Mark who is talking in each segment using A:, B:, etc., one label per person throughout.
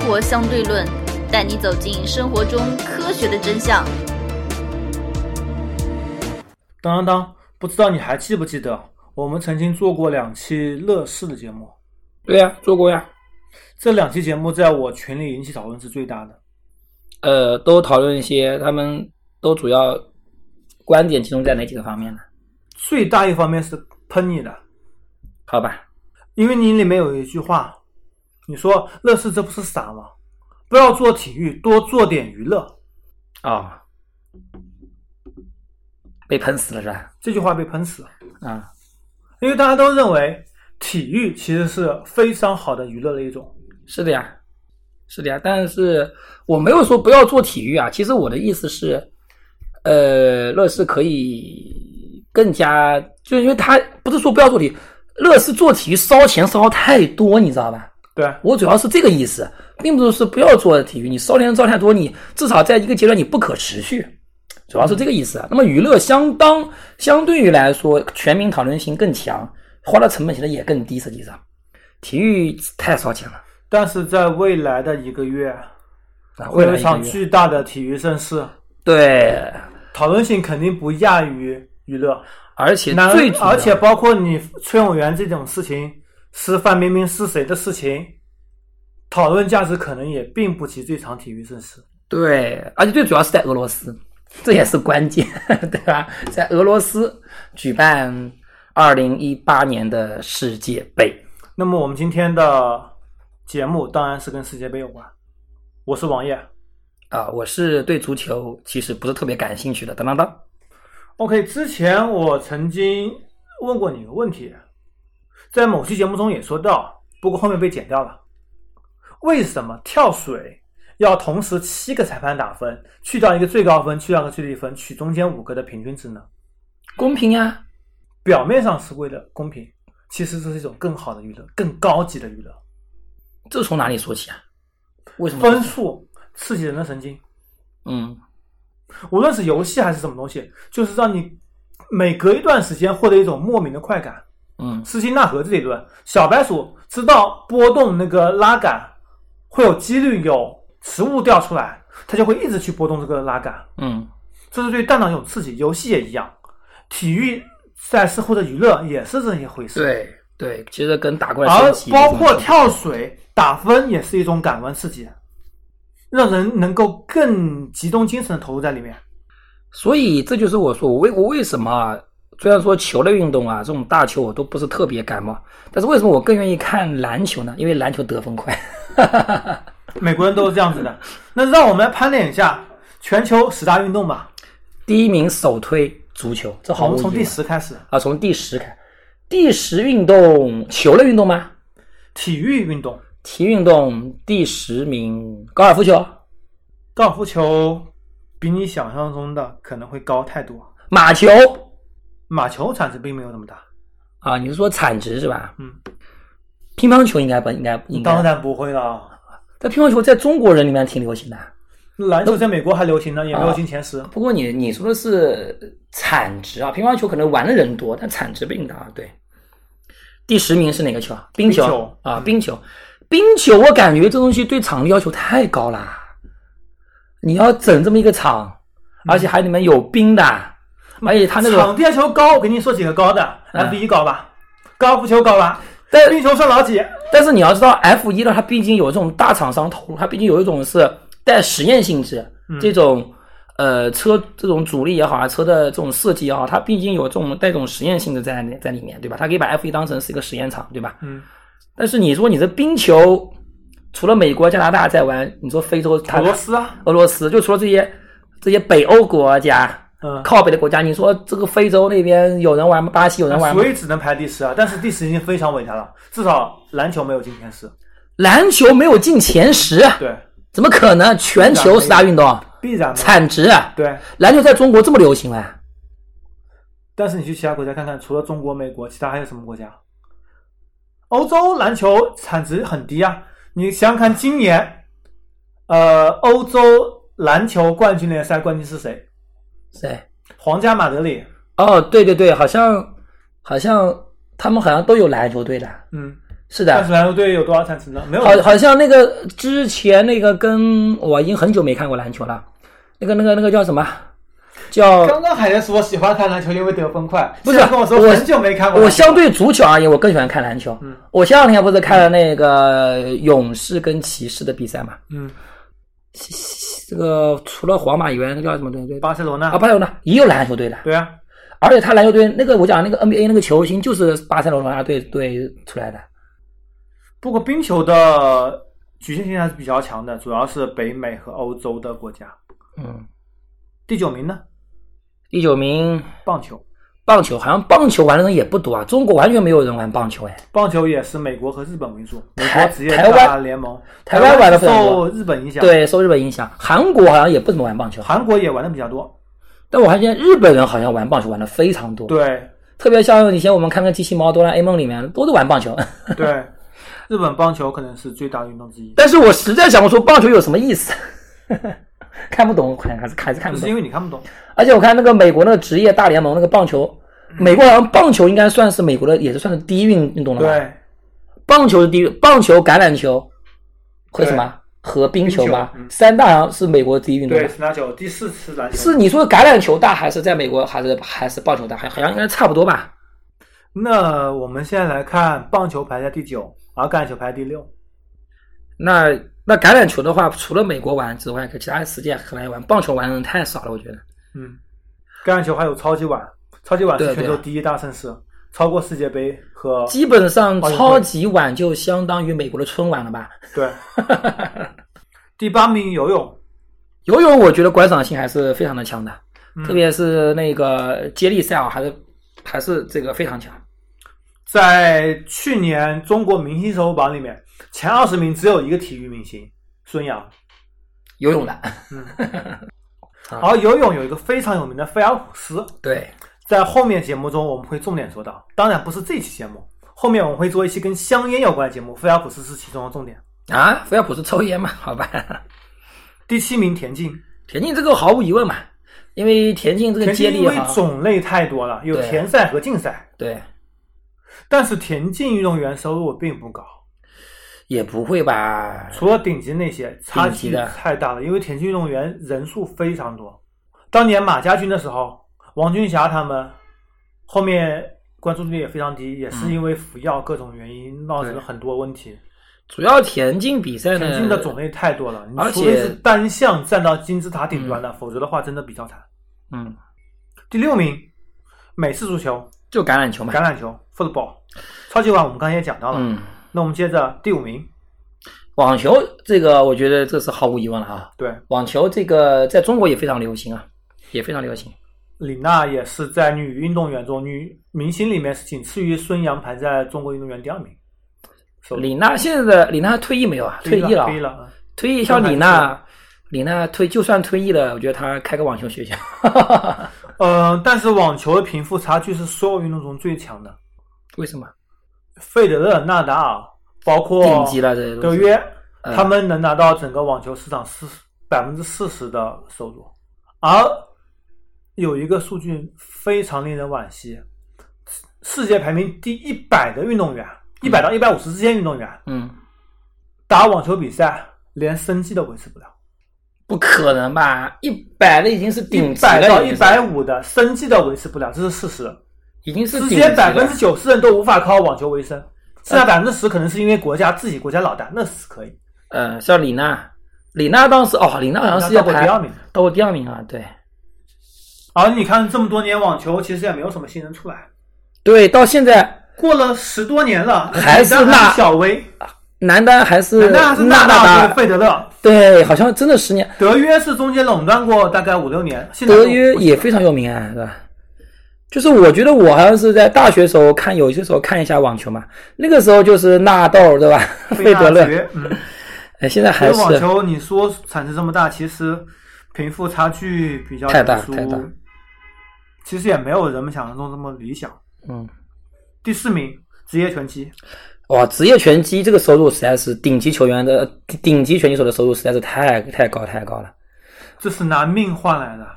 A: 活相对论》，带你走进生活中科学的真相。
B: 当当当，不知道你还记不记得，我们曾经做过两期乐视的节目，
C: 对呀、做过呀。
B: 这两期节目在我群里引起讨论是最大的。
C: 呃，都讨论一些，他们都主要观点集中在哪几个方面呢？
B: 最大一方面是喷你的，
C: 好吧，
B: 因为你里面有一句话，你说乐视这不是傻吗？不要做体育，多做点娱乐。
C: 啊、被喷死了是吧？
B: 这句话被喷死了，
C: 啊，
B: 因为大家都认为体育其实是非常好的娱乐的一种。
C: 是的呀，是的呀。但是我没有说不要做体育啊，其实我的意思是，呃，乐视可以更加，就是因为他不是说不要做体育，乐视做体育烧钱烧太多，你知道吧？
B: 对，
C: 我主要是这个意思，并不是说不要做体育，你烧钱烧太多，你至少在一个阶段你不可持续，主要是这个意思啊。那么娱乐相当相对于来说，全民讨论性更强，花的成本其实也更低，实际上，体育太烧钱了。
B: 但是在未来的一个月，
C: 啊
B: 会
C: 未来
B: 有一
C: 一
B: 场
C: 个月
B: 巨大的体育盛事，
C: 对，
B: 讨论性肯定不亚于娱乐。
C: 而且
B: 难
C: 最主要
B: 而且包括你崔永元这种事情，是范冰冰是谁的事情，讨论价值可能也并不及这场体育盛事。
C: 对，而且最主要是在俄罗斯， 这也是关键，对吧？在俄罗斯举办二零一八年的世界杯。
B: 那么我们今天的节目当然是跟世界杯有关。我是王爷。
C: 啊，我是对足球其实不是特别感兴趣的。当当当，
B: OK，之前我曾经问过你一个问题，在某期节目中也说到，不过后面被剪掉了。为什么跳水要同时七个裁判打分，去掉一个最高分，去掉一个最低分，取中间五个的平均值呢？
C: 公平呀，
B: 表面上是为了公平，其实这是一种更好的娱乐，更高级的娱乐。
C: 这从哪里说起啊？为什么？
B: 分数刺激人的神经，
C: 嗯，
B: 无论是游戏还是什么东西，就是让你每隔一段时间获得一种莫名的快感。
C: 嗯，
B: 斯金纳盒子理论，小白鼠知道波动那个拉杆会有几率有食物掉出来，它就会一直去波动这个拉杆，
C: 嗯，
B: 这是对大脑一种刺激。游戏也一样，体育赛事或者娱乐也是这一回事。
C: 对对，其实跟打怪
B: 而
C: 升级
B: 包
C: 没什么
B: 括
C: 区别
B: 跳水打分也是一种感官刺激，啊让人能够更集中精神的投入在里面。
C: 所以这就是我说我为我为什么啊虽然说球类运动啊这种大球我都不是特别感冒，但是为什么我更愿意看篮球呢？因为篮球得分快。
B: 美国人都是这样子的。那让我们来盘点一下全球十大运动吧。
C: 第一名首推足球，这
B: 我
C: 毫无
B: 们从
C: 疑
B: 第
C: 问
B: 十开始，
C: 啊，从第十看，第十运动球类运动吗？
B: 体育运动，
C: 体育运动第十名，高尔夫球、
B: 高尔夫球比你想象中的可能会高太多。
C: 马球
B: 马球产值并没有那么大，
C: 啊，你是说产值是吧？
B: 嗯，
C: 乒乓球应该不应该应
B: 当
C: 该，
B: 然不会了。
C: 但乒乓球在中国人里面挺流行的。
B: 篮球在美国还流行呢，也没
C: 啊
B: 有进前十。
C: 不过你你说的是产值啊，乒乓球可能玩的人多，但产值不一定大。对，第十名是哪个球啊？冰球
B: 冰球
C: 啊，冰球，冰球，我感觉这东西对场地要求太高啦。你要整这么一个场，而且还里面有冰的，而且它那
B: 场
C: 个
B: 地球高，我给你说几个高的
C: 嗯
B: ，F 一高吧，高尔夫球高吧，
C: 但
B: 冰球算老几？
C: 但是你要知道，F 一呢，它毕竟有这种大厂商投入，它毕竟有一种是带实验性质，
B: 嗯
C: 这种呃车这种主力也好啊，车的这种设计也好，它毕竟有这种带这种实验性质在里在里面，对吧？它可以把 F 一当成是一个实验场，对吧？
B: 嗯，
C: 但是你说你这冰球，除了美国、加拿大在玩，你说非洲、它
B: 俄罗斯啊，
C: 俄罗斯，就除了这些这些北欧国家。
B: 嗯，
C: 靠北的国家，你说这个非洲那边有人玩吗？巴西有人玩吗
B: 所？以只能排第十啊。但是第十已经非常伟大了，至少篮球没有进前十。
C: 篮球没有进前十，
B: 对，
C: 怎么可能？全球十大运动，
B: 必然的。
C: 产值啊！
B: 对，
C: 篮球在中国这么流行啊吗？
B: 但是你去其他国家看看，除了中国、美国，其他还有什么国家？欧洲篮球产值很低啊！你想想看，今年，呃，欧洲篮球冠军联赛冠军是谁？
C: 谁？
B: 皇家马德里。
C: 哦，对对对，好像好像他们好像都有篮球队的，
B: 嗯，
C: 是呃
B: 碳
C: 的，
B: 水来球对有多少产值呢？没有
C: 好，好像那个之前那个跟我已经很久没看过篮球了，那个那个那个叫什么？叫
B: 刚刚还在说喜欢看篮球，因为得分快。
C: 不是啊
B: 现在跟我说
C: 我
B: 很久没看过篮球
C: 我
B: 了，
C: 相对足球而言，我更喜欢看篮球。
B: 嗯
C: 我前两天不是看了那个勇士跟骑士的比赛嘛？
B: 嗯，
C: 这个除了皇马以外，那个叫什么队？队
B: 巴塞罗那
C: 啊，巴塞罗那也有篮球队的，
B: 对啊，
C: 而且他篮球队那个我讲那个 NBA 那个球星就是巴塞罗那队队出来的。
B: 不过冰球的局限性还是比较强的，主要是北美和欧洲的国家。
C: 嗯，
B: 第九名呢，
C: 第九名
B: 棒球，
C: 棒球，好像棒球玩的人也不多啊，中国完全没有人玩棒球哎。
B: 棒球也是美国和日本为主，美国
C: 台
B: 职业
C: 台湾
B: 大联盟，
C: 台湾玩得
B: 是
C: 非常
B: 受
C: 多
B: 日本影响，，
C: 对，受日本影响，韩国好像也不怎么玩棒球，
B: 韩国也玩的比较多，
C: 但我发现日本人好像玩棒球玩的非常多，
B: 对
C: 特别像以前我们看看机器猫、哆啦 A 梦里面都是玩棒球。
B: 对，日本棒球可能是最大的运动之一，
C: 但是我实在想不出棒球有什么意思， 看不懂，还还是还是看
B: 就
C: 不
B: 是
C: 懂。
B: 因为你看不懂，
C: 而且我看那个美国那个职业大联盟那个棒球，美国好像棒球应该算是美国的，也是算是第一运运动了吧？
B: 对，
C: 棒球是第一，棒球、橄榄球和什么和冰球吧，
B: 冰球嗯
C: 三大好像是美国第一运动吧
B: 对，。十拿九，第四次篮球
C: 是你说的橄榄球大还是在美国还是还是棒球大？好像好像应该差不多吧。
B: 那我们现在来看棒球排在第九，而橄榄球排第六。
C: 那那橄榄球的话，除了美国玩之外，其他世界可能也玩棒球玩的人太少了，我觉得。
B: 嗯，橄榄球还有超级碗，超级碗是
C: 对
B: 全
C: 对
B: 球第一大盛事，超过世界杯和
C: 基本上
B: 奥运会
C: 超级碗就相当于美国的春晚了吧？
B: 对。第八名游泳，
C: 游泳我觉得观赏性还是非常的强的，
B: 嗯
C: 特别是那个接力赛啊，还是还是这个非常强。
B: 在去年中国明星手榜里面，前二十名只有一个体育明星孙杨。
C: 游泳的，
B: 嗯，
C: 啊
B: 而游泳有一个非常有名的菲尔普斯，
C: 对，
B: 在后面节目中我们会重点说到，当然不是这期节目，后面我们会做一期跟香烟有关的节目，菲尔普斯是其中的重点。
C: 啊，菲尔普斯抽烟嘛，好吧。
B: 第七名田径，
C: 田径这个毫无疑问嘛，因为田径这个
B: 田
C: 接
B: 径因
C: 力
B: 为
C: 哈，
B: 种类太多了，有
C: 对
B: 田赛和竞赛，
C: 对，
B: 但是田径运动员收入并不高，
C: 也不会吧？
B: 除了顶级那些，差
C: 顶级
B: 距
C: 的
B: 太大了。因为田径运动员人数非常多，当年马家军的时候，王军霞他们后面关注度也非常低，也是因为服药各种原因闹成了
C: 嗯对
B: 很多问题。
C: 主要田径比赛呢，
B: 田径的种类太多了，你
C: 而
B: 除非
C: 且
B: 是单项站到金字塔顶端的，否则的话真的比较惨。
C: 嗯，
B: 第六名，美式足球、
C: 就橄榄球嘛
B: 橄。榄球 （football），超级碗我们刚才也讲到了。
C: 嗯，
B: 那我们接着第五名，
C: 网球这个我觉得这是毫无疑问了啊。
B: 对，
C: 网球这个在中国也非常流行啊，也非常流行。
B: 李娜也是在女运动员中，女明星里面是仅次于孙杨，排在中国运动员第二名。手
C: 李娜现在的李娜退役没有啊？退役
B: 了，
C: 了
B: 退役
C: 啊，
B: 了。嗯
C: 退役像李
B: 上海
C: 娜，李娜退就算退役了，我觉得她开个网球学校，
B: 呃，但是网球的贫富差距是所有运动中最强的，
C: 为什么？
B: 费德勒、纳达尔，包括
C: 顶级了这些
B: 德
C: 东西。
B: 约，
C: 嗯
B: 他们能拿到整个网球市场四百分之四十的收入。而有一个数据非常令人惋惜，世界排名第一百的运动员，一百到一百五十之间运动员，
C: 嗯，
B: 打网球比赛连生计都维持不了，
C: 不可能吧？一百的已经是顶
B: 一
C: 级
B: 百
C: 了，
B: 到
C: 已
B: 一
C: 经是
B: 百五的生计都维持不了，这是事实。
C: 已经是
B: 世
C: 顶
B: 界
C: 级
B: 百分之
C: 了。
B: 九十人都无法靠网球为生，剩下百分之十可能是因为国家自己国家老大，那是可以。
C: 呃，像李娜，李娜当时哦，李娜好像是
B: 要
C: 要
B: 过
C: 排
B: 第二名。
C: 到过第二名啊，对
B: 而你看这么多年网球，其实也没有什么新人出来，
C: 对，到现在
B: 过了十多年了，
C: 还是那呃
B: 小威，
C: 男单还是
B: 那还是纳达
C: 达
B: 尔、费德勒，
C: 对，好像真的十年，
B: 德约是中间垄断过大概五六年，现在
C: 德
B: 都
C: 约也非常有名啊，是吧？就是我觉得我好像是在大学时候看，有些时候看一下网球嘛，那个时候就是纳豆对吧？ 费德勒
B: 纳，爵嗯。
C: 哎，现在
B: 所
C: 还
B: 以网
C: 是
B: 球你说产值这么大，其实贫富差距比较
C: 太大
B: 悬殊
C: 太大
B: 其实也没有人们想象中这么理想。
C: 嗯，
B: 第四名，职业拳击，
C: 哇，职业拳击这个收入实在是顶级球员的呃顶级拳击手的收入实在是太太高太高了。
B: 这是拿命换来的。
C: 啊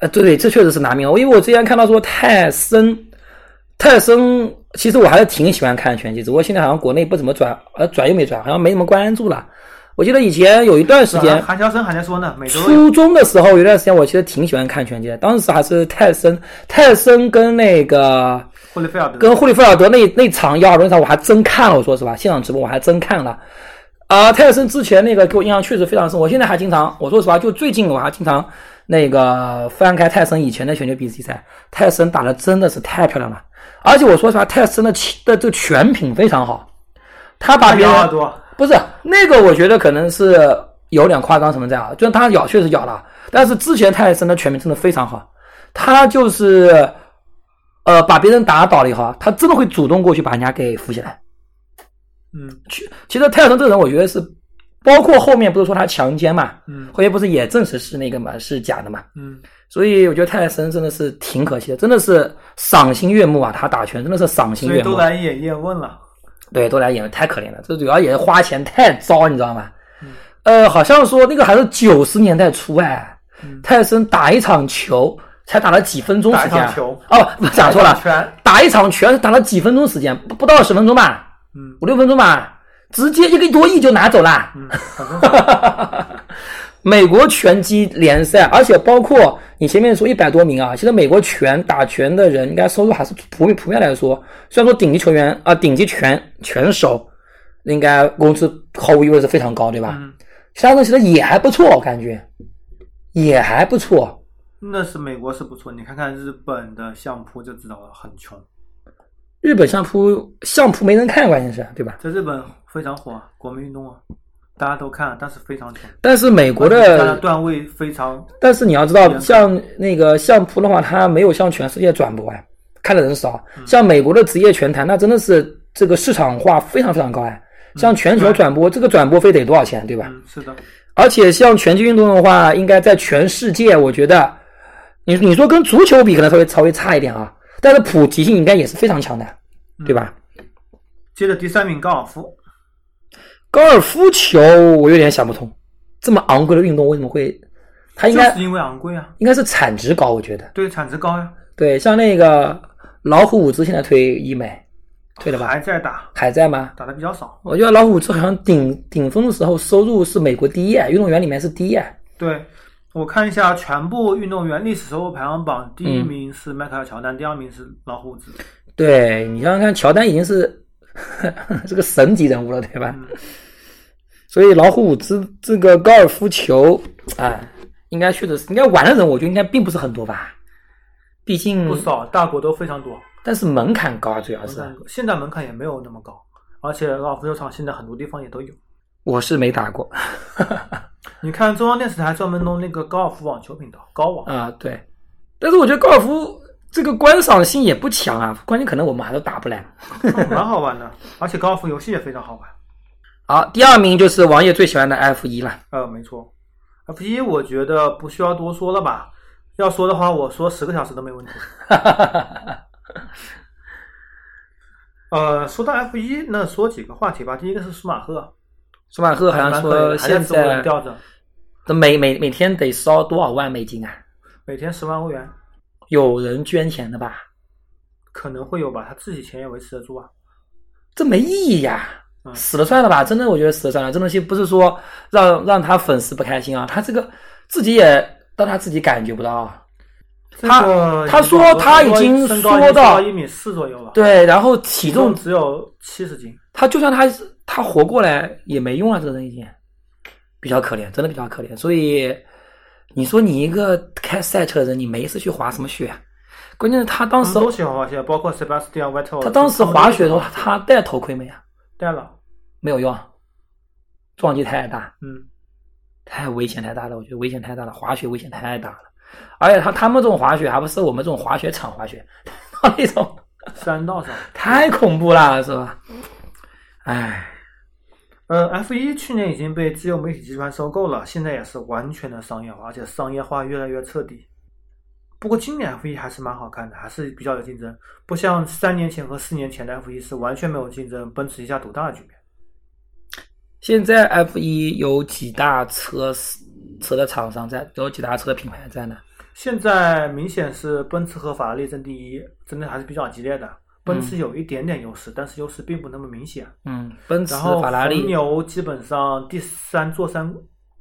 C: 呃，对，这确实是拿命。因为我之前看到说泰森，泰森其实我还是挺喜欢看拳击，只不过现在好像国内不怎么转，呃，转又没转，好像没怎么关注了。我记得以前有一段时间，
B: 韩乔生还在说呢，每周
C: 初中的时候有一段时间，我其实挺喜欢看拳击的。当时还是泰森，泰森跟那个
B: 霍利菲尔德
C: 跟霍利菲尔德那那场亚洲那场，我还真看了。我说实话，现场直播我还真看了。啊、泰森之前那个给我印象确实非常深，我现在还经常，我说实话，就最近我还经常那个翻开泰森以前的选秀比赛，泰森打的真的是太漂亮了，而且我说实话，泰森的起的这拳品非常好，他把
B: 大
C: 别
B: 姚耳
C: 人
B: 朵，
C: 不是那个，我觉得可能是有点夸张成分在啊，就是他咬确实咬了，但是之前泰森的全名真的非常好，他就是呃把别人打倒了以后啊，他真的会主动过去把人家给扶起来。
B: 嗯
C: 其实泰森这个人，我觉得是包括后面不是说他强奸嘛，
B: 嗯
C: 后面不是也证实是那个嘛，是假的嘛，
B: 嗯，
C: 所以我觉得泰森真的是挺可惜的，真的是赏心悦目啊，他打拳真的是赏心
B: 所
C: 悦
B: 以
C: 目啊
B: 都。来也验问了，
C: 对，都来演了，太可怜了。这主要也是花钱太糟，你知道吗？
B: 嗯
C: 呃，好像说那个还是九十年代初哎，
B: 嗯
C: 泰森打一场球才打了几分钟时
B: 打
C: 间
B: 一
C: 啊，
B: 场球
C: 哦，不 讲错了，
B: 拳，
C: 打一场拳打了几分钟时间，不不到十分钟吧，
B: 嗯
C: 五六分钟吧，直接一个多亿就拿走了。
B: 嗯，反正
C: 美国拳击联赛，而且包括你前面说一百多名啊，其实美国拳打拳的人应该收入还是普遍普遍来说，虽然说顶级球员啊、顶级拳拳手应该工资毫无疑问是非常高，对吧？
B: 嗯
C: 其他人其实也还不错，我感觉也还不错。
B: 那是美国是不错，你看看日本的相扑就知道了，很穷，
C: 日本相扑相扑没人看，关键是对吧？
B: 在日本非常火，国民运动啊，大家都看，但是非常穷，
C: 但是美国
B: 大家
C: 的，
B: 段位非常，
C: 但是你要知道，
B: 啊
C: 像那个相扑的话，它没有向全世界转播哎，看的人少。
B: 嗯
C: 像美国的职业拳坛，那真的是这个市场化非常非常高哎。像全球转播，这个转播费得多少钱，对吧？
B: 嗯，是的，
C: 而且像拳击运动的话，应该在全世界，我觉得，你你说跟足球比，可能稍微稍微差一点啊，但是普及性应该也是非常强的，
B: 嗯
C: 对吧？
B: 接着第三名高尔夫，
C: 高尔夫球我有点想不通，这么昂贵的运动为什么会？它应
B: 就
C: 该、
B: 是因为昂贵啊，
C: 应该是产值高，我觉得。
B: 对，产值高呀、
C: 对，像那个老虎伍兹现在推医美，推了吧？
B: 还在打，
C: 还在吗？
B: 打的比较少，
C: 我觉得老虎伍兹好像顶顶峰的时候收入是美国第一，啊运动员里面是第一。
B: 对。我看一下全部运动员历史收入排行榜，第一
C: 嗯
B: 名是迈克尔·乔丹，第二名是老虎伍兹，
C: 对你想想看，乔丹已经是 是个神级人物了，对吧？
B: 嗯
C: 所以老虎伍兹这个高尔夫球啊，应该确实是应该玩的人，我觉得应该并不是很多吧，毕竟
B: 不少，大国都非常多。
C: 但是门槛高啊，主要嗯是。
B: 现在门槛也没有那么高，而且高尔夫球场现在很多地方也都有。
C: 我是没打过
B: 你看中央电视台专门弄那个高尔夫网球频道，高 网。
C: 啊，对，但是我觉得高尔夫这个观赏性也不强啊，关键可能我们还都打不来。
B: 蛮好玩的，而且高尔夫游戏也非常好玩。
C: 好，第二名就是王爷最喜欢的 F 一了，
B: 呃，没错，F 一我觉得不需要多说了吧。要说的话，我说十个小时都没问题。呃，说到 F 一，那说几个话题吧。第一个是舒马赫，
C: 舒马赫好
B: 还
C: 像
B: 蛮可以
C: 说
B: 的还在
C: 现
B: 自我
C: 在
B: 吊着，
C: 的每每每天得烧多少万美金啊？
B: 每天十万欧元
C: 有人捐钱的吧？
B: 可能会有吧，他自己钱也维持得住啊。
C: 这没意义呀、
B: 嗯
C: 死了算了吧，真的我觉得死了算了。这东西不是说让让他粉丝不开心啊，他这个自己也让他自己感觉不到啊。他
B: 这个
C: 他
B: 已经有
C: 说他已经
B: 身高已
C: 说
B: 经
C: 到
B: 一米四左右了，
C: 对，然后体
B: 体
C: 重
B: 重只有七十斤。
C: 他就算他他活过来也没用啊，这个人已经比较可怜，真的比较可怜。所以你说你一个开赛车的人，你没事去滑什么雪、啊？关键是他当
B: 他们
C: 时、
B: 都喜欢滑雪，包括 Sebastian Vettel。
C: 他当时滑雪的时候，他戴头盔没啊？
B: 戴了，
C: 没有用，撞击太大，
B: 嗯，
C: 太危险太大了，我觉得危险太大了，滑雪危险太大了。而且他他们这种滑雪还不是我们这种滑雪场滑雪， 他那种
B: 山道上。
C: 太恐怖了，是吧？哎唉，
B: 呃，F 1去年已经被自由媒体集团收购了，现在也是完全的商业化，而且商业化越来越彻底。不过今年 F 1还是蛮好看的，还是比较有竞争，不像三年前和四年前的 F 1是完全没有竞争，奔驰一家独大的局面。
C: 现在 F 一有几大车车的厂商在，有几大车的品牌在呢？
B: 现在明显是奔驰和法拉利争第一，争的还是比较激烈的。奔驰有一点点优势，但是优势并不那么明显。
C: 嗯，奔驰、
B: 然后
C: 法拉利
B: 红、牛基本上第三坐三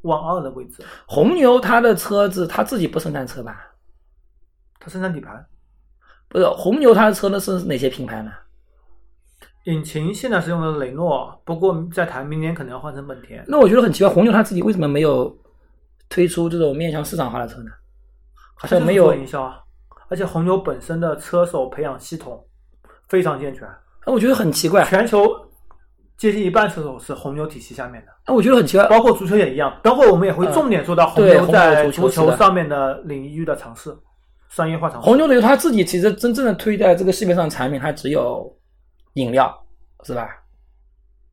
B: 望二的位置，
C: 红牛，它的车子它自己不生产车吧？
B: 它生产底盘，
C: 不是，红牛它的车呢是哪些品牌呢？
B: 引擎现在是用的雷诺，不过在谈明年可能要换成本田。
C: 那我觉得很奇怪，红牛它自己为什么没有推出这种面向市场化的车呢？好像没有
B: 这就是做营销啊，而且红牛本身的车手培养系统非常健全，
C: 哎，我觉得很奇怪，
B: 全球接近一半车手是红牛体系下面的，
C: 哎，我觉得很奇怪，
B: 包括足球也一样。等会儿我们也会
C: 嗯
B: 重点说到红
C: 对
B: 牛
C: 红牛
B: 在
C: 足球
B: 足
C: 是
B: 球
C: 的
B: 上面的领域的尝试，商业化尝试。
C: 红牛的它自己其实真正的推在这个市面上的产品，它只有饮料，是吧？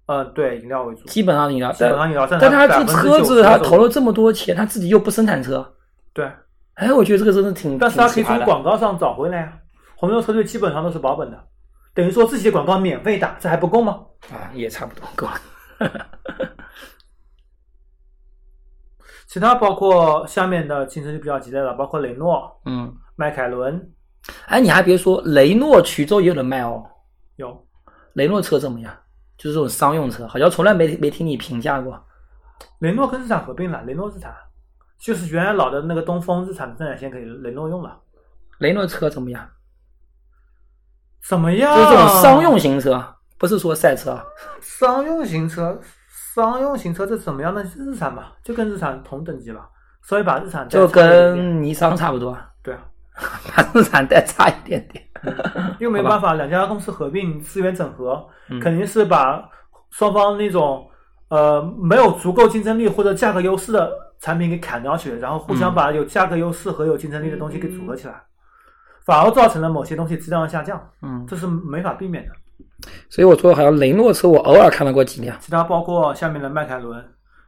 B: 嗯，对，饮料为主，
C: 基本上饮料，
B: 基
C: 但
B: 本上饮料占
C: 但它
B: 百分
C: 这
B: 之
C: 车
B: 九
C: 子
B: 十
C: 它
B: 左右
C: 投了这么多钱，它自己又不生产车，
B: 对，
C: 哎，我觉得这个真的挺，
B: 但是它可
C: 挺
B: 以
C: 奇葩
B: 从
C: 的。
B: 广告上找回来呀、红牛车队基本上都是保本的，等于说自己的广告免费打，这还不够吗？
C: 啊，也差不多够了。
B: 其他包括下面的竞争就比较激烈了，包括雷诺、
C: 嗯，
B: 迈凯伦
C: 哎，你还别说，雷诺衢州也有人卖哦。
B: 有，
C: 雷诺车怎么样？就是这种商用车，好像从来没没听你评价过。
B: 雷诺跟日产合并了，雷诺日产就是原来老的那个东风日产的生产线给雷诺用了，
C: 雷诺车怎么样？
B: 怎么样？
C: 就是这种商用型车，不是说赛车
B: 哦
C: 啊。
B: 商用型车，商用型车这怎么样呢？日产吧，就跟日产同等级吧，稍微把日产再
C: 就
B: 差一点点
C: 跟尼桑差不多，
B: 对啊，
C: 把日产带差一点点。
B: 因为没
C: 好吧
B: 办法，两家公司合并资源整合，
C: 嗯
B: 肯定是把双方那种呃没有足够竞争力或者价格优势的产品给砍掉去，然后互相
C: 嗯
B: 把有价格优势和有竞争力的东西给组合起来，反而造成了某些东西质量的下降，
C: 嗯，
B: 这是没法避免的。
C: 所以我说好像雷诺车我偶尔看到过几辆，
B: 其他包括下面的迈凯伦、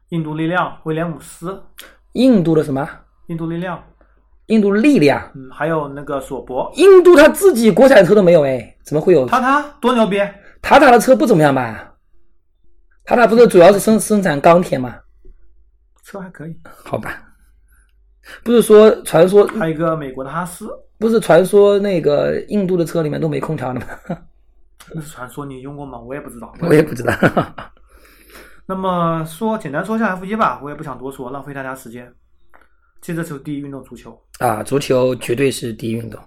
B: 印度力量、威廉姆斯、
C: 印度的什么
B: 印度力量，
C: 印度力量，
B: 嗯，还有那个索博。
C: 印度它自己国产车都没有哎，怎么会有？
B: 塔塔多牛逼！
C: 塔塔的车不怎么样吧？塔塔不是主要是生生产钢铁嘛？
B: 车还可以，
C: 好吧，不是说传说
B: 还有一个美国的哈斯，
C: 不是传说那个印度的车里面都没空调的吗？
B: 那是传说你用过吗？我也不知道。
C: 我也不知道。
B: 那么说，简单说一下 F 一吧，我也不想多说，浪费大家时间。接着就第一运动足球，
C: 啊，足球绝对是第一运动，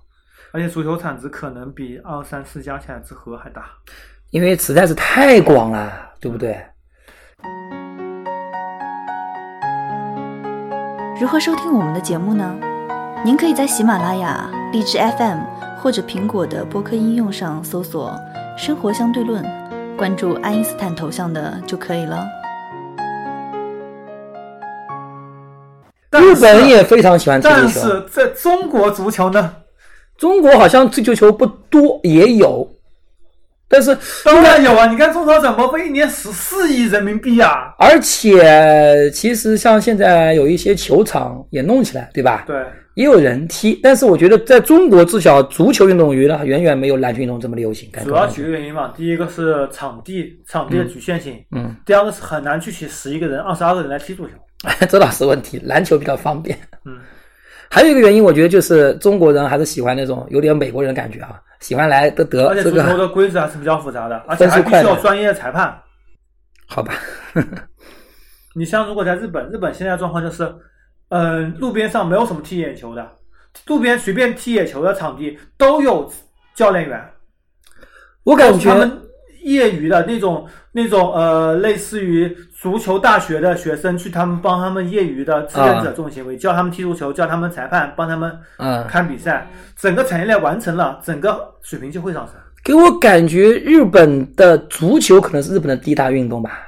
B: 而且足球产值可能比二三四加起来之和还大。
C: 因为实在是太广了，对不对？
A: 如何收听我们的节目呢？您可以在喜马拉雅、荔枝 FM 或者苹果的播客应用上搜索“生活相对论”，关注爱因斯坦头像的就可以了。
B: 但
C: 日
B: 是
C: 本也非常喜欢踢
B: 但
C: 足球，
B: 是在中国足球呢，
C: 中国好像踢足球不多，也有，但是
B: 当然有啊！你看中超转播费一年十四亿人民币啊！
C: 而且其实像现在有一些球场也弄起来，对吧？
B: 对，
C: 也有人踢，但是我觉得在中国至少足球运动娱乐远远没有篮球运动这么流行。感觉
B: 主要几个原因嘛，第一个是场地，场地的局限性；
C: 嗯，
B: 第二个是很难聚齐十一个人、二十二个人来踢足球。
C: 这倒是问题，篮球比较方便。
B: 嗯，
C: 还有一个原因，我觉得就是中国人还是喜欢那种有点美国人的感觉啊，喜欢来得得
B: 而且
C: 这
B: 足球
C: 个
B: 的规则还是比较复杂的，而且还必须
C: 分数
B: 要
C: 快
B: 专业的裁判。
C: 好吧？
B: 你像如果在日本，日本现在状况就是，嗯、路边上没有什么踢野球的，路边随便踢野球的场地都有教练员，
C: 我感
B: 他
C: 觉
B: 们业余的那种那种呃，类似于足球大学的学生去他们帮他们业余的志愿
C: 啊
B: 者这种行为，教他们踢足球，教他们裁判，帮他们
C: 嗯，
B: 看比赛，整个产业链完成了，整个水平就会上升。
C: 给我感觉日本的足球可能是日本的第一大运动吧。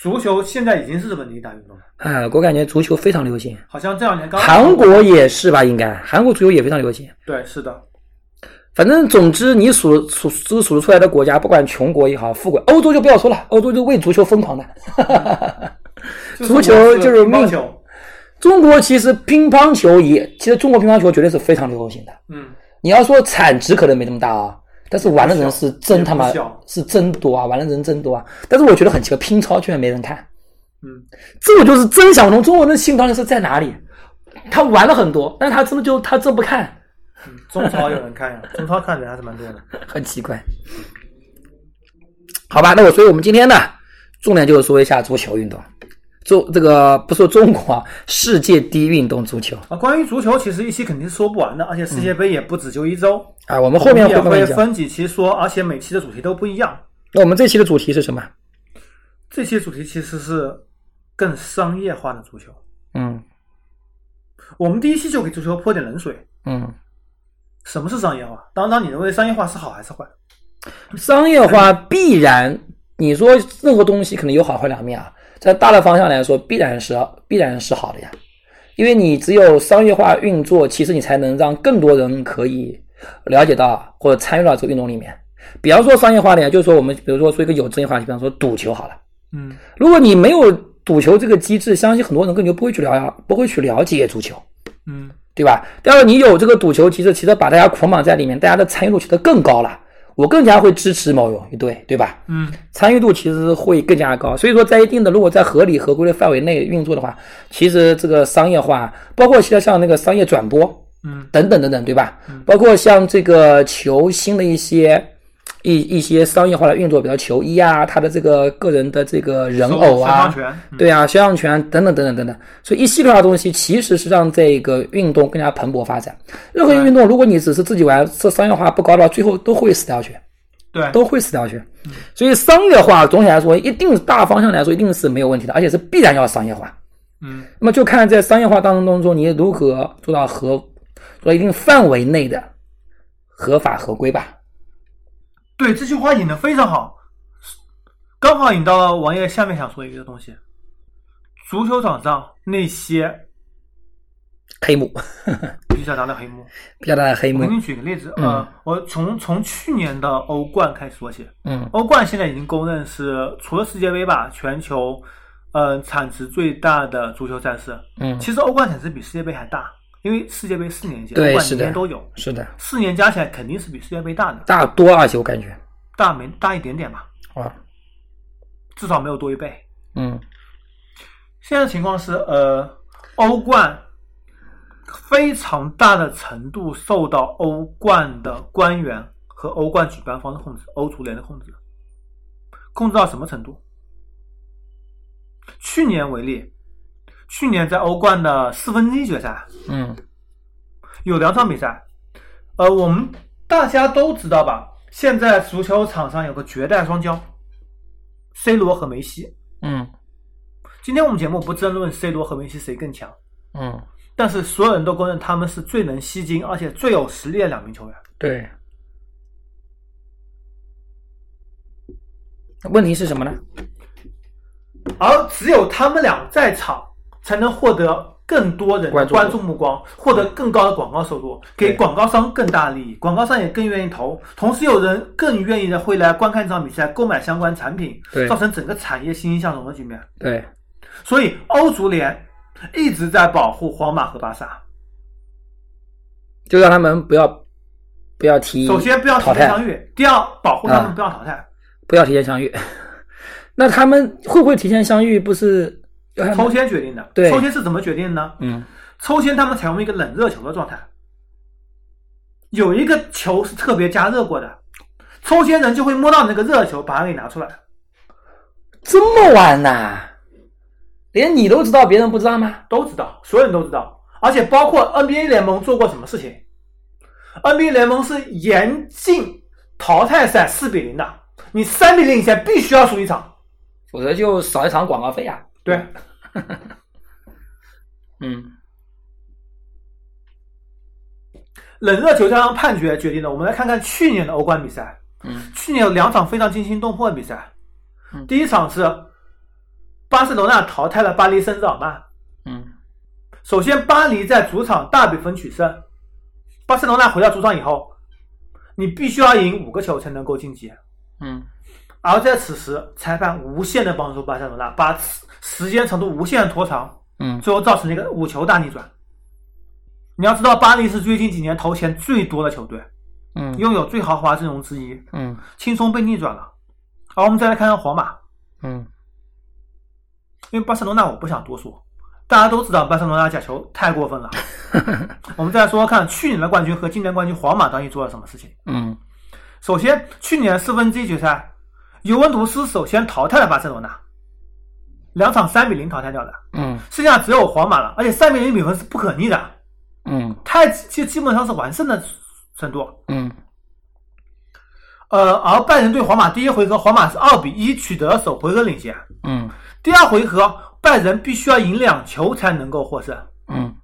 B: 足球现在已经是日本的一大运动了，
C: 啊，我感觉足球非常流行，
B: 好像这两年刚
C: 韩国也是吧？应该韩国足球也非常流行。
B: 对是的，
C: 反正总之，你数数数数得出来的国家，不管穷国也好，富国，欧洲就不要说了，欧洲就为足球疯狂的。
B: 就是
C: 足球
B: 我
C: 就是
B: 乒乓
C: 命
B: 球，
C: 中国其实乒乓球也，其实中国乒乓球绝对是非常流行的。
B: 嗯。
C: 你要说产值可能没那么大啊，但是玩的人是真他妈
B: 也不小
C: 是真多啊，玩的人真多啊。但是我觉得很奇怪，乒超居然没人看，
B: 嗯，
C: 这我就是真想不通中国人的心到底是在哪里。他玩了很多，但是他真的就他真不看，
B: 嗯 中超有人看呀，中超看人还是蛮多的。
C: 很奇怪。好吧，那我所以我们今天呢，重点就是说一下足球运动，足这个不说中国啊，世界第一运动足球
B: 啊，关于足球，其实一期肯定是说不完的，而且世界杯也不止就一周，
C: 啊，我们后面
B: 我
C: 会
B: 们
C: 慢
B: 也会
C: 慢讲。
B: 分几期说，而且每期的主题都不一样。
C: 那我们这期的主题是什么？
B: 这期主题其实是更商业化的足球。
C: 嗯
B: 我们第一期就给足球泼点冷水。
C: 嗯，
B: 什么是商业化？当当你认为商业化是好还是坏？
C: 商业化必然，你说任何东西可能有好坏两面啊，在大的方向来说，必然是必然是好的呀，因为你只有商业化运作，其实你才能让更多人可以了解到或者参与到这个运动里面。比方说商业化呢，就是说我们比如说说一个有职业化，比方说赌球好了。
B: 嗯，
C: 如果你没有赌球这个机制，相信很多人根本就不会去了解，不会去了解足球，
B: 嗯，
C: 对吧？但是你有这个赌球机制，其实把大家捆绑在里面，大家的参与度其实更高了。我更加会支持某一队，对吧？
B: 嗯，
C: 参与度其实会更加高。所以说，在一定的如果在合理合规的范围内运作的话，其实这个商业化，包括其实像那个商业转播，
B: 嗯，
C: 等等等等，对吧？包括像这个球星的一些一一些商业化的运作，比如球衣啊，他的这个个人的这个人偶
B: 收
C: 啊
B: 藏，权嗯
C: 对啊，肖像权等等等等等等，所以一系列的东西其实是让这个运动更加蓬勃发展。任何一个运动，如果你只是自己玩，这商业化不高的话，最后都会死掉去。
B: 对，
C: 都会死掉去。
B: 嗯
C: 所以商业化总体来说，一定大方向来说一定是没有问题的，而且是必然要商业化。
B: 嗯，
C: 那么就看在商业化当中中，你如何做到合，做到一定范围内的合法合规吧。
B: 对，这句话引的非常好，刚好引到了王爷下面想说一个东西：足球场上那些
C: 黑幕，
B: 比较大的黑幕。
C: 比较大的黑
B: 我给
C: 幕。
B: 你举个例子，呃，我从从去年的欧冠开始说起。
C: 嗯
B: 欧冠现在已经公认是除了世界杯吧，全球呃产值最大的足球赛事。
C: 嗯，
B: 其实欧冠产值比世界杯还大，因为世界杯四年级，
C: 对
B: 欧冠
C: 是
B: 年
C: 的
B: 年都有，
C: 是的，
B: 四年加起来肯定是比世界杯大的，
C: 大多而且我感觉，
B: 大没大一点点吧，
C: 哇，
B: 至少没有多一倍。
C: 嗯
B: 现在的情况是，呃，欧冠非常大的程度受到欧冠的官员和欧冠举办方的控制，欧足联的控制，控制到什么程度？去年为例，去年在欧冠的四分之一决赛
C: 嗯
B: 有两场比赛，呃，我们大家都知道吧？现在足球场上有个绝代双骄，C 罗和梅西。
C: 嗯
B: 今天我们节目不争论 C 罗和梅西谁更强，
C: 嗯，
B: 但是所有人都公认他们是最能吸睛，而且最有实力的两名球员。
C: 对。问题是什么呢？
B: 而只有他们俩在场，才能获得更多人的
C: 关注
B: 关注目光，获得更高的广告收入，
C: 对
B: 给广告商更大利益，广告商也更愿意投，同时有人更愿意的会来观看这场比赛，购买相关产品
C: 对，
B: 造成整个产业欣欣向荣的局面。
C: 对，
B: 所以欧足联一直在保护皇马和巴萨。
C: 就让他们不要不要提，
B: 首先不要提
C: 嗯淘
B: 前
C: 汰
B: 伤，愈，第二保护他
C: 啊
B: 们不要淘汰。
C: 不要提前相遇。 那他们会不会提前相遇？不是要看
B: 抽签决定的，
C: 对
B: 抽签是怎么决定的呢？
C: 嗯
B: 抽签他们采用一个冷热球的状态，有一个球是特别加热过的，抽签人就会摸到那个热球，把它给拿出来。
C: 这么晚呐、连你都知道，别人不知道吗？
B: 都知道，所有人都知道，而且包括 NBA 联盟做过什么事情？NBA 联盟是严禁淘汰赛四比零的，你三比零以前必须要输一场。
C: 否则就少一场广告费啊。
B: 对，
C: 嗯，
B: 冷热球加上判决决定的。我们来看看去年的欧冠比赛，
C: 嗯，
B: 去年有两场非常惊心动魄的比赛
C: 嗯。
B: 第一场是巴塞罗那淘汰了巴黎圣日耳曼，
C: 嗯
B: 首先，巴黎在主场大比分取胜，巴塞罗那回到主场以后，你必须要赢五个球才能够晋级。
C: 嗯
B: 而在此时，裁判无限的帮助巴塞罗那，把时时间长度无限地拖长，
C: 嗯，
B: 最后造成了一个五球大逆转。你要知道，巴黎是最近几年投钱最多的球队，
C: 嗯
B: 拥有最豪华阵容之一，
C: 嗯
B: 轻松被逆转了。好，我们再来看看皇马，
C: 嗯，
B: 因为巴塞罗那我不想多说，大家都知道巴塞罗那假球太过分了。我们再来说说看去年的冠军和今年冠军皇马到底做了什么事情。
C: 嗯
B: 首先，去年四分之一决赛，尤文图斯首先淘汰了巴塞罗那，两场三比零淘汰掉的，
C: 嗯
B: 剩下只有皇马了，而且三比零比分是不可逆的，
C: 嗯
B: 太基基本上是完胜的程度。
C: 嗯
B: 呃，而拜仁对皇马第一回合，皇马是二比一取得了首回合领先，
C: 嗯
B: 第二回合拜仁必须要赢两球才能够获胜。
C: 嗯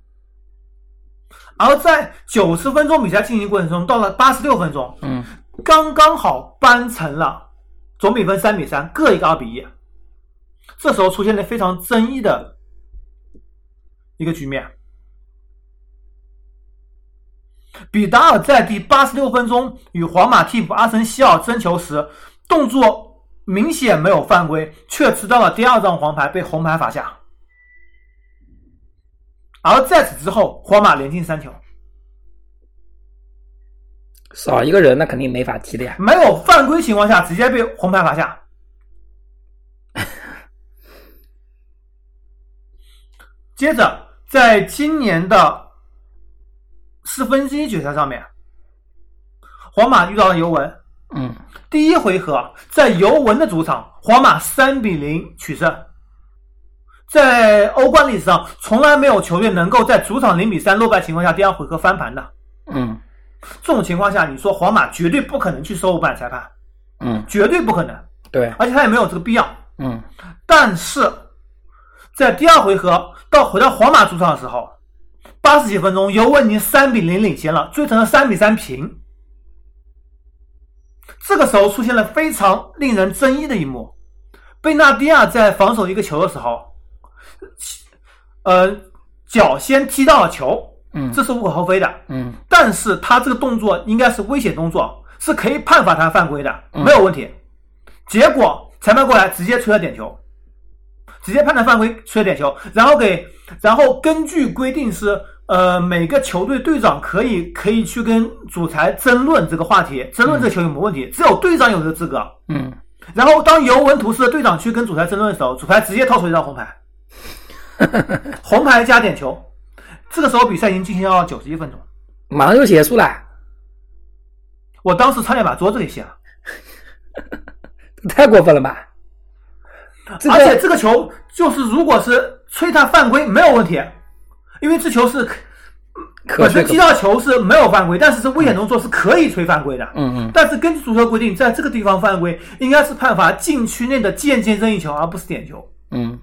B: 而在九十分钟比赛进行过程中，到了八十六分钟，
C: 嗯
B: 刚刚好扳成了总比分三比三，各一个二比一。这时候出现了非常争议的一个局面。比达尔在第八十六分钟与皇马替补阿森西奥争球时，动作明显没有犯规，却吃到了第二张黄牌，被红牌罚下。而在此之后，皇马连进三球，
C: 少一个人那肯定没法踢的呀。
B: 没有犯规情况下直接被红牌罚下。接着，在今年的四分之一决赛上面，皇马遇到了尤文。
C: 嗯
B: 第一回合在尤文的主场，皇马三比零取胜。在欧冠历史上，从来没有球队能够在主场零比三落败情况下第二回合翻盘的。
C: 嗯
B: 这种情况下，你说皇马绝对不可能去收办裁判，
C: 嗯，
B: 绝对不可能，
C: 对，
B: 而且他也没有这个必要。
C: 嗯
B: 但是在第二回合到回到皇马主场的时候，八十几分钟，尤文已经三比零领先了，追成了三比三平。这个时候出现了非常令人争议的一幕，贝纳迪亚在防守一个球的时候，呃，脚先踢到了球，
C: 嗯
B: 这是无可厚非的。
C: 嗯
B: 但是他这个动作应该是危险动作，是可以判罚他犯规的，没有问题。结果裁判过来直接吹了点球，直接判他犯规，吹了点球，然后给，然后根据规定是，呃，每个球队队长可以可以去跟主裁争论这个话题，争论这个球有没有问题，只有队长有这个资格。
C: 嗯，
B: 然后当尤文图斯的队长去跟主裁争论的时候，主裁直接掏出一张红牌，红牌加点球。这个时候比赛已经进行到九十一分钟。
C: 马上就结束了，
B: 我当时差点把桌子给掀了，
C: 太过分了吧？这
B: 而且
C: 个
B: 这个球就是如果是吹他犯规没有问题，因为这球是
C: 可
B: 本
C: 是
B: 身踢到球是没有犯规，但是这危险动作是可以吹犯规的。
C: 嗯嗯
B: 但是根据足球规定，在这个地方犯规应该是判罚禁区内的间接任意球，而不是点球。
C: 嗯。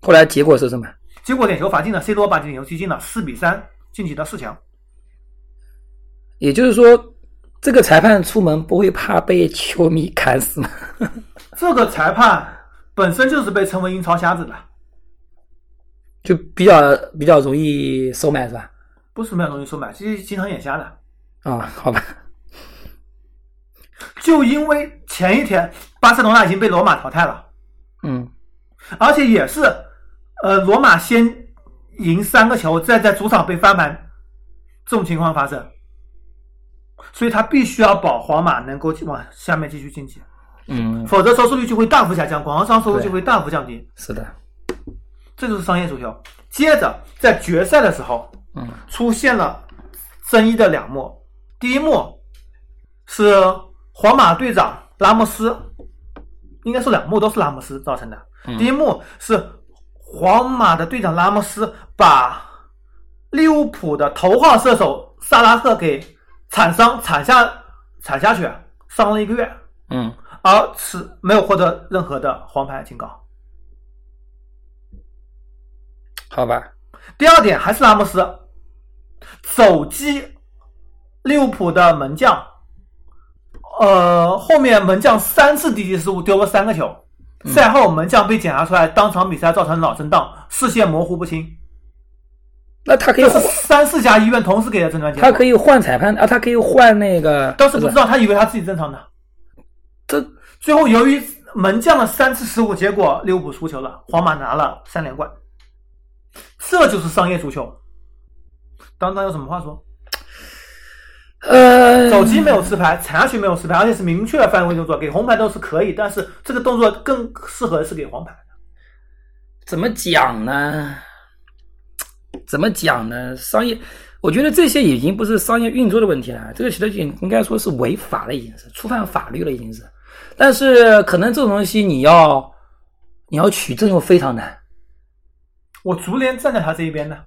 C: 后来结果是什么？
B: 结果点球罚进了，C 罗把点球踢进了，四比三晋级到四强。
C: 也就是说，这个裁判出门不会怕被球迷砍死吗？
B: 这个裁判本身就是被称为英超瞎子的，
C: 就比较比较容易收买是吧？
B: 不是没有容易收买，其实经常眼瞎的。
C: 啊、好吧，
B: 就因为前一天巴塞罗那已经被罗马淘汰了。
C: 嗯
B: 而且也是，呃，罗马先赢三个球，再在主场被翻盘，这种情况发生，所以他必须要保皇马能够往下面继续晋级，
C: 嗯，
B: 否则收视率就会大幅下降，广告商收入就会大幅降低，
C: 是的，
B: 这就是商业足球。接着在决赛的时候
C: 嗯
B: 出现了争议的两幕，第一幕是皇马队长拉莫斯，应该说两幕都是拉莫斯造成的。第一幕是皇马的队长拉莫斯把利物浦的头号射手萨拉赫给铲伤、铲下、铲下去，伤了一个月，
C: 嗯
B: 而此没有获得任何的黄牌警告。
C: 好吧，
B: 第二点还是拉莫斯，肘击利物浦的门将，呃，后面门将三次低级失误丢了三个球，赛后门将被检查出来，当场比赛造成脑震荡，视线模糊不清，
C: 那他可以
B: 这是
C: 换，
B: 三四家医院同时给的诊断结果。
C: 他可以换裁判啊，他可以换那个，呃
B: 当时不知
C: 是吧
B: 道，他以为他自己正常的。
C: 这
B: 最后由于门将的三次失误，结果利物浦输球了，皇马拿了三连冠。这就是商业足球。当当有什么话说？
C: 呃，
B: 手机没有持牌，踩下去没有持牌，而且是明确的犯规动作，给红牌都是可以，但是这个动作更适合是给黄牌。
C: 怎么讲呢？怎么讲呢？商业，我觉得这些已经不是商业运作的问题了，这个其实已经应该说是违法了，已经是触犯法律了，已经是。但是可能这种东西你要你要取证又非常难。
B: 我逐联站在他这一边呢，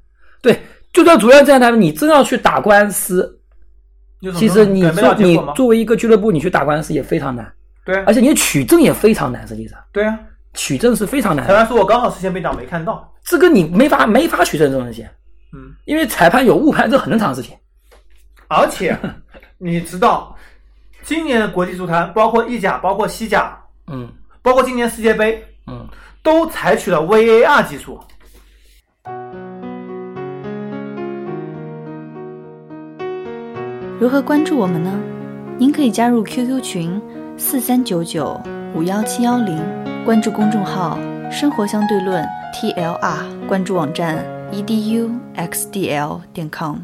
C: 对，就算主要站他们，你真要去打官司，
B: 有什么
C: 其实你
B: 改变不了
C: 作
B: 结
C: 你
B: 果吗？
C: 作为一个俱乐部，你去打官司也非常难，
B: 对啊
C: 而且你取证也非常难，实际上
B: 对啊，
C: 取证是非常难
B: 裁
C: 的，
B: 判说我刚好事先被挡没看到，
C: 这个你没法没法取证这种东西，
B: 嗯，
C: 因为裁判有误判，这很正常的事情。
B: 而 且你知道，今年的国际足坛包括意甲、包括西甲、
C: 嗯
B: 包括今年世界杯，
C: 嗯，
B: 都采取了 VAR 技术。
A: 如何关注我们呢？您可以加入 QQ 群四三九九五幺七幺零，关注公众号“生活 E 相对论 ”TLR，关注网站 eduxdl 点 com。